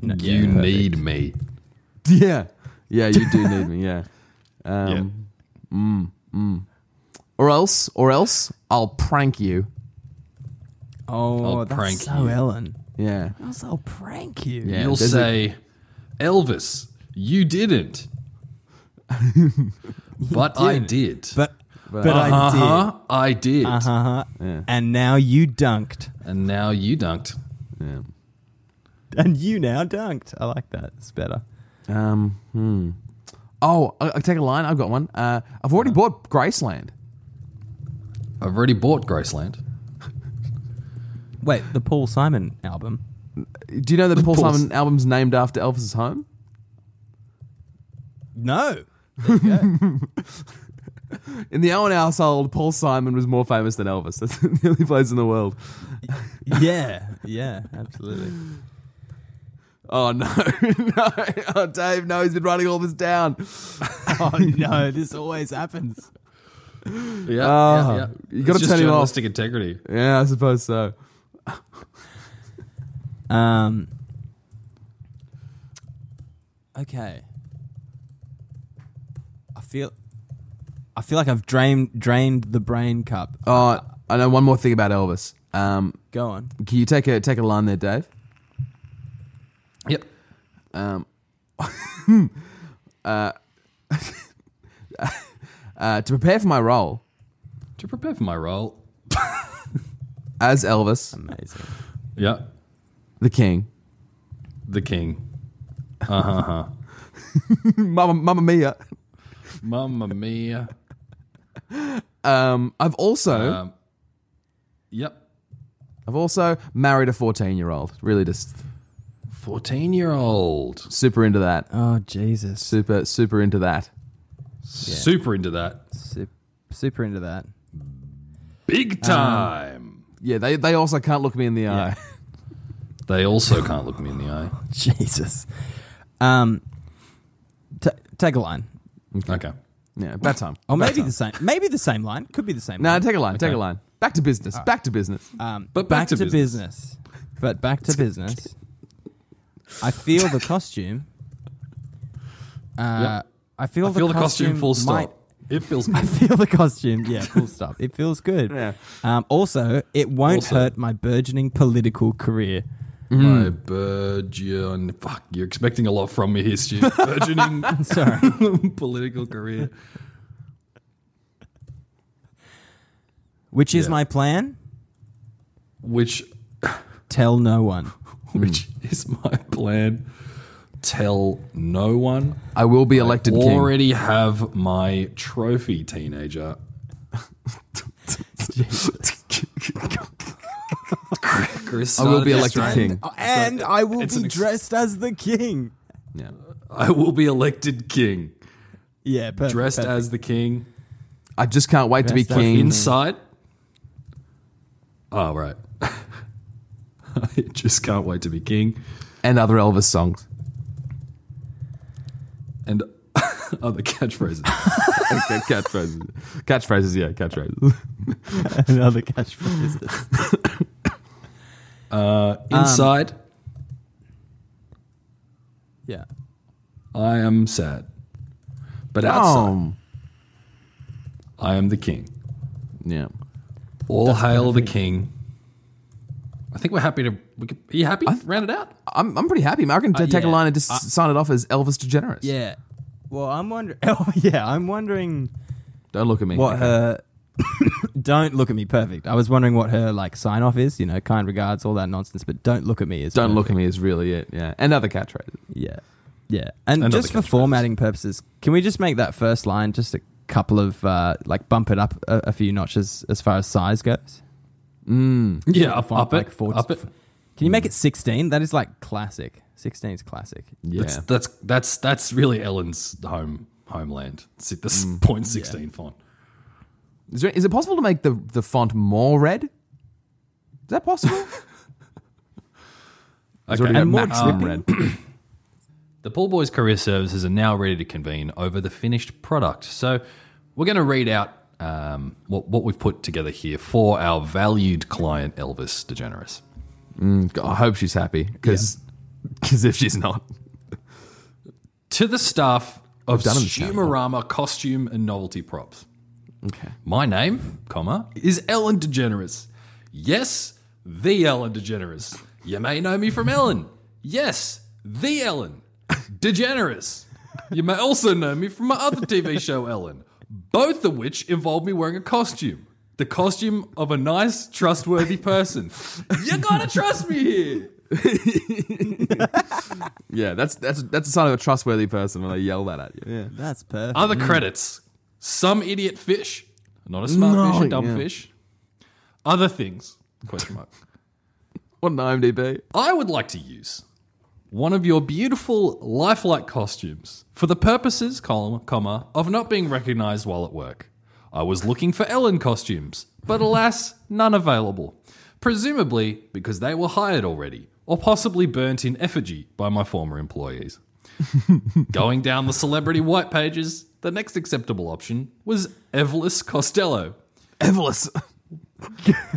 Speaker 5: No,
Speaker 3: you
Speaker 5: yeah, perfect.
Speaker 3: need me.
Speaker 4: Yeah. Yeah, you do need me, yeah. Um,
Speaker 3: Yeah.
Speaker 4: Mm, mm. Or else, or else, I'll prank you.
Speaker 5: Oh,
Speaker 3: I'll
Speaker 5: that's
Speaker 3: prank
Speaker 5: so
Speaker 3: you.
Speaker 5: Ellen.
Speaker 4: Yeah.
Speaker 5: That's I'll prank you.
Speaker 4: Yeah.
Speaker 3: You'll
Speaker 4: there's a-
Speaker 3: say, Elvis, you didn't. but I did.
Speaker 5: But but, I
Speaker 3: uh-huh, I did.
Speaker 5: did. Uh-huh.
Speaker 4: Yeah.
Speaker 5: And now you dunked.
Speaker 3: And now you dunked.
Speaker 4: Yeah.
Speaker 5: And you now dunked. I like that. It's better.
Speaker 4: Um, hmm. Oh, I, I take a line. I've got one. Uh, I've already bought Graceland.
Speaker 3: I've already bought Graceland.
Speaker 5: Wait, the Paul Simon album.
Speaker 4: Do you know that the Paul
Speaker 3: Paul-
Speaker 4: Simon album's named after Elvis's home?
Speaker 5: No.
Speaker 4: In the Owen household, Paul Simon was more famous than Elvis. That's the only place in the world.
Speaker 5: Yeah. Yeah. Absolutely.
Speaker 4: Oh no, no! Oh, Dave, no, he's been writing all this down.
Speaker 5: Oh no! This always happens.
Speaker 3: Yeah, yeah,
Speaker 4: Ah,
Speaker 3: yeah.
Speaker 4: you gotta
Speaker 3: It's just
Speaker 4: turn him off.
Speaker 3: journalistic integrity.
Speaker 4: Yeah, I suppose so.
Speaker 5: Um. Okay. I feel. I feel like I've drained drained the brain cup.
Speaker 4: Oh, I know one more thing about Elvis. Um,
Speaker 5: Go on.
Speaker 4: can you take a take a line there, Dave?
Speaker 3: Yep.
Speaker 4: Uh, to prepare for my role
Speaker 3: To prepare for my role.
Speaker 4: as Elvis,
Speaker 5: Amazing.
Speaker 3: Yeah.
Speaker 4: the King,
Speaker 3: The king.
Speaker 4: Mamma, Mamma Mia.
Speaker 3: Mamma mia.
Speaker 4: Um, I've also
Speaker 3: Um, yep.
Speaker 4: I've also married a fourteen year old. Really, just
Speaker 3: 14 year old.
Speaker 4: super into that.
Speaker 5: Oh Jesus!
Speaker 4: Super, super into that.
Speaker 3: Super into that.
Speaker 5: Super, super into that.
Speaker 3: Big time.
Speaker 4: Yeah, they they also can't look me in the eye.
Speaker 3: they also can't look me in the eye.
Speaker 5: Jesus. Um. T- take a line.
Speaker 3: Okay.
Speaker 4: Yeah, bad time.
Speaker 5: Or maybe the same. Maybe the same line. Could be the same.
Speaker 4: No,
Speaker 5: line.
Speaker 4: take a line. Take a line. Back to business.
Speaker 5: Uh,
Speaker 4: Back to business.
Speaker 5: Um,
Speaker 3: But back to
Speaker 5: business. But back to business. I feel the costume. Uh,
Speaker 3: Yep.
Speaker 5: I feel,
Speaker 3: I feel the costume, full stop.
Speaker 5: might-
Speaker 3: it feels
Speaker 5: I feel the costume. Yeah, full stop. It feels good.
Speaker 4: Yeah.
Speaker 5: Um, also, it won't
Speaker 3: Also-
Speaker 5: hurt my burgeoning political career.
Speaker 4: Mm.
Speaker 3: my burgeon. Fuck, you're expecting a lot from me here, Stu. Burgeoning
Speaker 5: Sorry.
Speaker 3: political career.
Speaker 5: Which is
Speaker 3: Yeah.
Speaker 5: my plan?
Speaker 3: Which
Speaker 5: Tell no one.
Speaker 4: Hmm.
Speaker 3: which is my plan. Tell no one.
Speaker 4: I will be elected king.
Speaker 3: Already have my trophy, teenager. Chris
Speaker 4: I will be
Speaker 3: started
Speaker 4: elected
Speaker 3: this
Speaker 4: king.
Speaker 5: And I will
Speaker 3: It's
Speaker 5: be
Speaker 3: an ex-
Speaker 5: dressed as the king.
Speaker 4: Yeah.
Speaker 3: I will be elected king.
Speaker 5: Yeah, perfect,
Speaker 3: Dressed
Speaker 5: perfect.
Speaker 3: as the king.
Speaker 4: I just can't wait to be
Speaker 5: Best I
Speaker 4: king.
Speaker 3: Inside. Oh, right. I just can't wait to be king.
Speaker 4: and other Elvis songs.
Speaker 3: And other catchphrases.
Speaker 4: Okay, catchphrases. catchphrases, yeah, catchphrases.
Speaker 5: another catchphrase.
Speaker 3: Inside,
Speaker 5: yeah.
Speaker 3: I am sad. But outside,
Speaker 4: Um,
Speaker 3: I am the king.
Speaker 4: yeah.
Speaker 3: All hail the king. I think we're happy to. We could, are you happy? Round it out.
Speaker 4: I'm, I'm pretty happy. man. I can t-
Speaker 5: Uh,
Speaker 4: take a
Speaker 5: yeah.
Speaker 4: line and just sign it off as Elvis DeGeneres.
Speaker 5: Yeah. Well, I'm wondering. Oh, yeah, I'm wondering
Speaker 4: Don't look at me.
Speaker 5: what uh,
Speaker 4: Okay.
Speaker 5: her. don't look at me. Perfect. I was wondering what her like sign off is. You know, kind regards, all that nonsense. But don't look at me is.
Speaker 4: Don't
Speaker 5: perfect.
Speaker 4: look at me is really it. Yeah. And other catchphrases.
Speaker 5: Yeah, yeah. And
Speaker 3: Another
Speaker 5: just for
Speaker 3: catchphrase.
Speaker 5: formatting purposes, can we just make that first line just a couple of uh, like bump it up a, a few notches as far as size goes?
Speaker 3: Yeah, up,
Speaker 5: font,
Speaker 3: up it.
Speaker 5: like, four-
Speaker 3: up it.
Speaker 5: Can you make it sixteen? That is like classic. Sixteen is classic.
Speaker 4: Yeah.
Speaker 3: That's, that's that's that's really Ellen's home homeland. It's at this point sixteen font.
Speaker 4: Is, there, is it possible to make the, the font more red? Is that possible? It's already
Speaker 3: Okay.
Speaker 4: got
Speaker 5: And more
Speaker 4: maximum
Speaker 5: dripping.
Speaker 4: red.
Speaker 3: The Pool Boys Career Services are now ready to convene over the finished product. So we're going to read out um, what what we've put together here for our valued client Elvis DeGeneres.
Speaker 4: God, I hope she's happy because if she's not,
Speaker 3: to the staff of
Speaker 4: done in the show.
Speaker 3: Stumerama costume and novelty props.
Speaker 4: okay.
Speaker 3: My name, comma, is Ellen DeGeneres. Yes, the Ellen DeGeneres. You may know me from Ellen. Yes, the Ellen DeGeneres. You may also know me from my other TV show, Ellen, both of which involve me wearing a costume. The costume of a nice, trustworthy person. You gotta trust me here.
Speaker 4: Yeah, that's that's that's a sign of a trustworthy person when they yell that at you. Yeah.
Speaker 5: That's perfect.
Speaker 3: Other credits: some idiot fish, not a smart fish, a dumb
Speaker 4: yeah.
Speaker 3: fish. Other things? Question mark.
Speaker 4: What an IMDb.
Speaker 3: I would like to use one of your beautiful lifelike costumes for the purposes, column, comma, of not being recognized while at work. I was looking for Ellen costumes, but alas, none available. Presumably because they were hired already, or possibly burnt in effigy by my former employees. Going down the celebrity white pages, the next acceptable option was Evelis Costello.
Speaker 4: Evelus.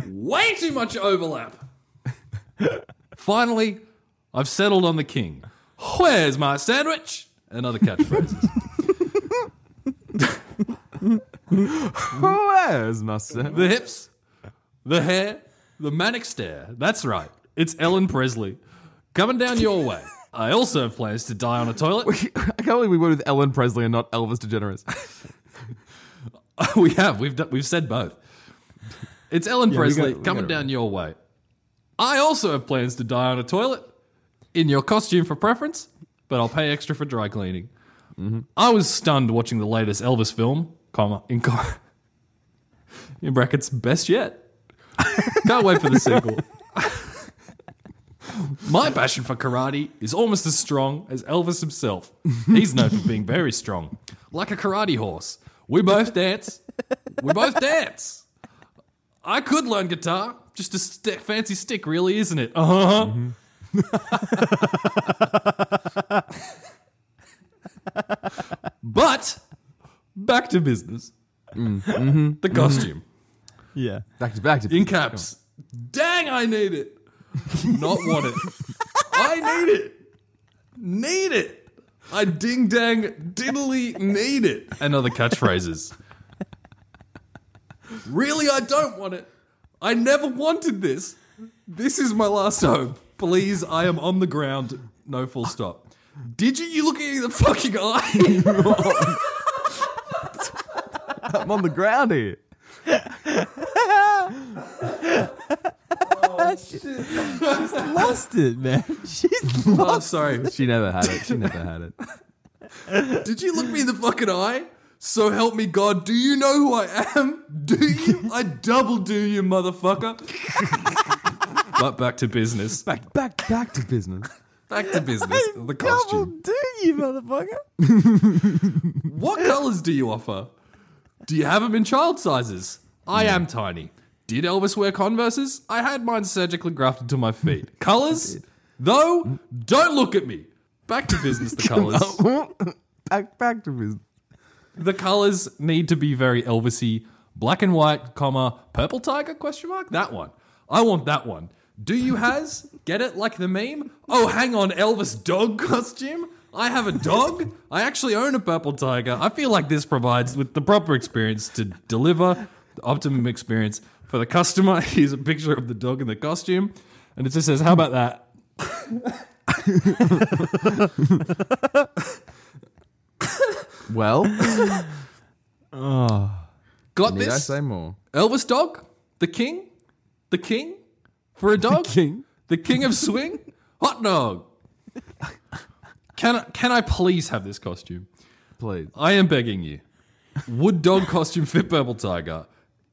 Speaker 3: Way too much overlap. Finally, I've settled on the king. Where's my sandwich? And other catchphrases.
Speaker 4: Where's my sandwich?
Speaker 3: the hips, the hair, the manic stare. That's right. It's Ellen Presley. Coming down your way. I also have plans to die on a toilet.
Speaker 4: I can't believe we went with Ellen Presley and not Elvis DeGeneres.
Speaker 3: we have. We've done, we've said both. It's Ellen Presley
Speaker 4: got- we
Speaker 3: coming
Speaker 4: got it
Speaker 3: down your way. I also have plans to die on a toilet in your costume for preference, but I'll pay extra for dry cleaning.
Speaker 4: Mm-hmm.
Speaker 3: I was stunned watching the latest Elvis film, comma in, co- in brackets best yet. Can't wait for the sequel. My passion for karate is almost as strong as Elvis himself. He's known for being very strong, like a karate horse. We both dance. We both dance. I could learn guitar. Just a sti fancy stick, really, isn't it? Uh huh. but back to business. The costume
Speaker 5: Yeah.
Speaker 4: Back to back to
Speaker 3: in caps. Dang, I need it. Not want it. I need it. Need it. I ding dang diddly need it. And other catchphrases. really, I don't want it. I never wanted this. This is my last hope. Please, I am on the ground. No full stop. Did you? You look at me in the fucking eye.
Speaker 4: I'm on the ground here.
Speaker 5: Lost it, man. She's
Speaker 3: oh, sorry.
Speaker 4: She never had it. She never had it.
Speaker 3: Did you look me in the fucking eye? So help me God, do you know who I am? Do you? I double do you, motherfucker. but back to business. Back,
Speaker 4: Back back back to business.
Speaker 3: to business. The costume.
Speaker 5: do you, motherfucker?
Speaker 3: What colors do you offer? Do you have them in child sizes? I am tiny. Did Elvis wear Converses? I had mine surgically grafted to my feet. Colors? Though, don't look at me. Back to business, the colors.
Speaker 4: back back to business.
Speaker 3: the colors need to be very Elvisy. Black and white, comma purple tiger? Question mark. That one. I want that one. Do you has get it like the meme? Oh, hang on, Elvis dog costume. I have a dog. I actually own a purple tiger. I feel like this provides with the proper experience to deliver the optimum experience for the customer. Here's a picture of the dog in the costume, and it just says, "How about that?"
Speaker 4: Well,
Speaker 3: Got
Speaker 4: need I
Speaker 3: this?
Speaker 4: say more?
Speaker 3: Elvis dog, the king, the king for a dog, the king, of swing, hot dog. Can I, can I please have this costume?
Speaker 4: Please.
Speaker 3: I am begging you. Would dog costume fit purple tiger?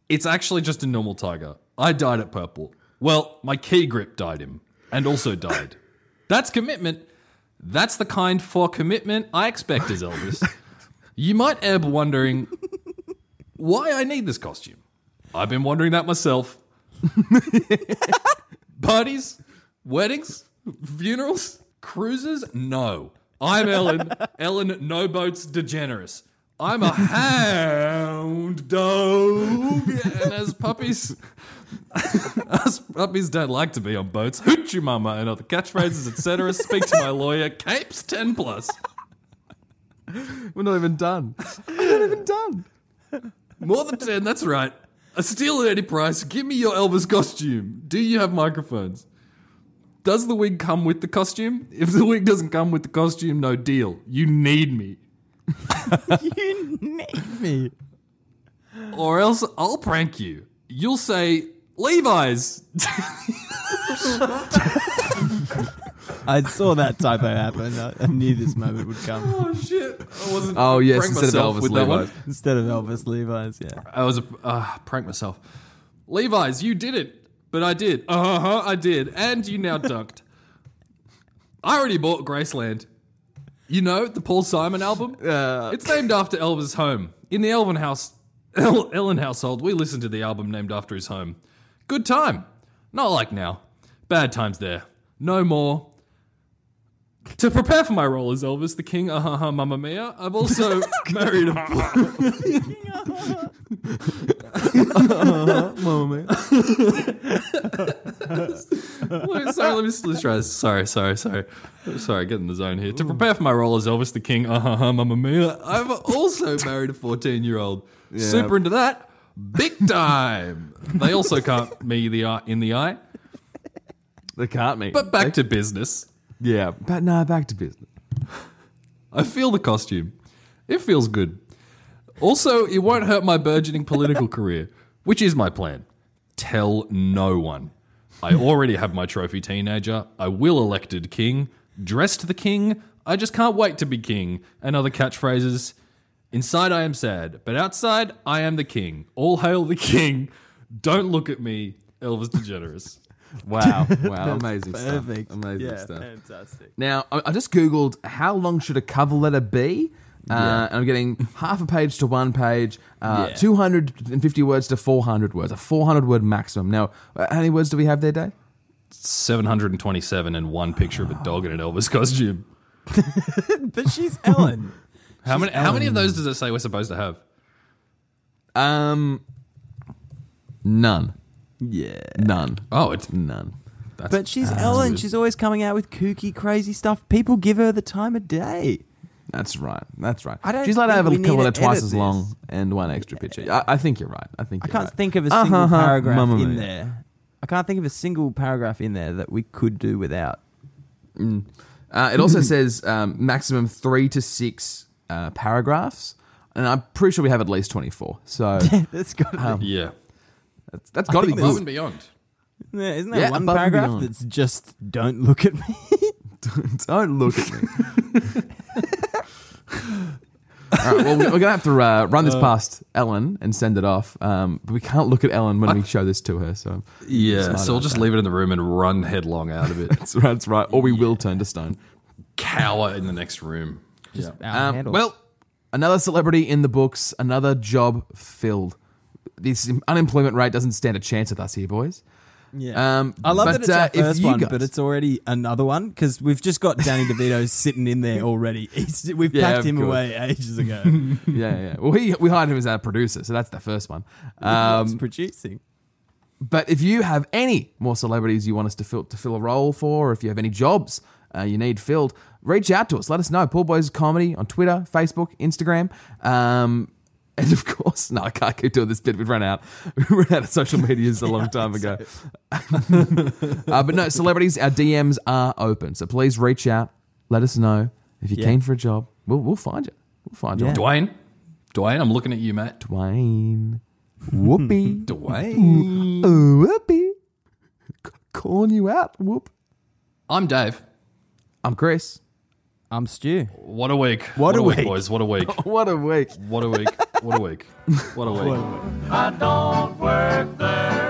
Speaker 3: It's actually just a normal tiger. I died at purple. Well, my key grip died him and also died. That's commitment. That's the kind for commitment I expect as Elvis. You might ebb wondering why I need this costume. I've been wondering that myself. Parties, weddings, funerals, cruises? No. I'm Ellen. Ellen No Boats DeGeneres. I'm a hound dog. And as puppies, us puppies don't like to be on boats. Hoot you mama and other catchphrases, etc. Speak to my lawyer. Capes 10 plus.
Speaker 4: We're not even done. We're not even done.
Speaker 3: More than 10, that's right. A steal at any price. Give me your Elvis costume. Do you have microphones? Does the wig come with the costume? If the wig doesn't come with the costume, no deal. You need me.
Speaker 5: You need me.
Speaker 3: Or else I'll prank you. You'll say, Levi's.
Speaker 5: I saw that typo happen. I, I knew this moment would come.
Speaker 3: Oh, shit. I wasn't.
Speaker 4: Oh, yes,
Speaker 3: prank
Speaker 4: instead of
Speaker 3: myself
Speaker 4: Elvis,
Speaker 3: with that one.
Speaker 4: Levi's.
Speaker 5: Instead of Elvis Levi's, yeah.
Speaker 3: I was a uh, prank myself. Uh-huh, Levi's, you did it, but I did. Uh huh, I did, and you now dunked. I already bought Graceland. You know the Paul Simon album. it's named after Elvis' home. In the Elvin house, El- Ellen household, we listened to the album named after his home. Good time. Not like now. Bad times there. No more. To prepare for my role as Elvis, the King, ah ha ha, Mamma Mia, I've also married a. Wait, sorry, let me let's try this. Sorry, sorry, sorry, sorry. Get in the zone here. To prepare for my role as Elvis the King, ah ha ha, Mamma Mia, I've also married a fourteen-year-old. Super into that, big time. they also can't me the eye in the eye.
Speaker 4: They can't meet.
Speaker 3: But back to business.
Speaker 4: yeah, but no, back to business.
Speaker 3: I feel the costume. It feels good. Also, it won't hurt my burgeoning political career, which is my plan. Tell no one. I already have my trophy teenager. I will elected king, dressed the king. I just can't wait to be king. And other catchphrases. Inside I am sad, but outside I am the king. All hail the king. Don't look at me, Elvis DeGeneres.
Speaker 4: Wow, wow, amazing
Speaker 5: Perfect.
Speaker 4: stuff. Amazing
Speaker 5: yeah,
Speaker 4: stuff.
Speaker 5: Fantastic.
Speaker 4: Now, I, I just Googled how long should a cover letter be? Uh, And I'm getting half a page to one page, uh,
Speaker 5: Yeah.
Speaker 4: 250 words to 400 words, a 400 word maximum. Now, uh, how many words do we have there, Dave?
Speaker 3: 727 and one picture of a dog in an Elvis costume.
Speaker 5: But she's Ellen.
Speaker 3: How many, how many of those does it say we're supposed to have?
Speaker 4: Um, none.
Speaker 5: yeah.
Speaker 4: None.
Speaker 3: Oh, it's
Speaker 4: None.
Speaker 5: But she's Ellen. She's always coming out with kooky, crazy stuff. People give her the time of day.
Speaker 4: That's right. That's right.
Speaker 5: I don't
Speaker 4: She's allowed to
Speaker 5: think
Speaker 4: have a
Speaker 5: we
Speaker 4: cover
Speaker 5: need
Speaker 4: letter
Speaker 5: to
Speaker 4: twice
Speaker 5: edit
Speaker 4: as
Speaker 5: this.
Speaker 4: long and one extra picture. I, I think you're right. I think
Speaker 5: I
Speaker 4: you're
Speaker 5: can't
Speaker 4: right.
Speaker 5: think of a
Speaker 4: Uh-huh,
Speaker 5: single
Speaker 4: uh-huh,
Speaker 5: paragraph
Speaker 4: Mamma
Speaker 5: in
Speaker 4: Mia.
Speaker 5: there. I can't think of a single paragraph in there that we could do without.
Speaker 4: Uh, it also says um, maximum three to six uh, paragraphs, and I'm pretty sure we have at least 24. So
Speaker 5: That's got to be.
Speaker 3: yeah.
Speaker 4: that's, that's got to be
Speaker 3: Above
Speaker 4: good.
Speaker 3: and beyond.
Speaker 5: Yeah, Isn't there
Speaker 4: yeah,
Speaker 5: one
Speaker 4: above and
Speaker 5: paragraph
Speaker 4: beyond.
Speaker 5: that's just "Don't look at me"?
Speaker 4: Don't look at me. All right, well, we're going to have to uh, run this past Ellen and send it off. Um, but we can't look at Ellen when we show this to her. So
Speaker 3: Yeah,
Speaker 4: Smart
Speaker 3: so we'll
Speaker 4: about
Speaker 3: just leave it in the room and run headlong out of it.
Speaker 4: that's right. That's right. Or we will turn to stone.
Speaker 3: Cower in the next room.
Speaker 5: Just our
Speaker 4: Um,
Speaker 5: handle.
Speaker 4: well, another celebrity in the books, another job filled. This unemployment rate doesn't stand a chance with us here, boys.
Speaker 5: Yeah.
Speaker 4: Um,
Speaker 5: I love
Speaker 4: but,
Speaker 5: that it's
Speaker 4: uh,
Speaker 5: our
Speaker 4: if
Speaker 5: first
Speaker 4: you
Speaker 5: one,
Speaker 4: guys-
Speaker 5: but it's already another one because we've just got Danny DeVito sitting in there already. He's, we've
Speaker 4: Yeah,
Speaker 5: packed
Speaker 4: of
Speaker 5: him
Speaker 4: course. Um,
Speaker 5: away ages ago.
Speaker 4: yeah, yeah. Well, he, we hired him as our producer, so that's the first one.
Speaker 5: It's
Speaker 4: Um,
Speaker 5: producing.
Speaker 4: but if you have any more celebrities you want us to fill to fill a role for, or if you have any jobs uh, you need filled, reach out to us. Let us know. Paul Boys Comedy on Twitter, Facebook, Instagram. Um, and of course, no, I can't keep doing this bit. We've run out. We ran out of social medias a long time ago. uh, but no, celebrities, our DMs are open. So please reach out. Let us know if you're
Speaker 5: Yeah.
Speaker 4: keen for a job. We'll, we'll find you. We'll find you.
Speaker 5: Yeah.
Speaker 3: Dwayne. Dwayne, I'm looking at you, Matt.
Speaker 4: Dwayne. Whoopee.
Speaker 3: Dwayne.
Speaker 4: Whoopee. C- Calling you out. Whoop.
Speaker 3: I'm Dave.
Speaker 4: I'm Chris.
Speaker 5: I'm Stu.
Speaker 3: What a week.
Speaker 5: What a week.
Speaker 3: boys. What a week.
Speaker 4: What a week.
Speaker 3: What a week. What a week. What a week.
Speaker 2: I don't work there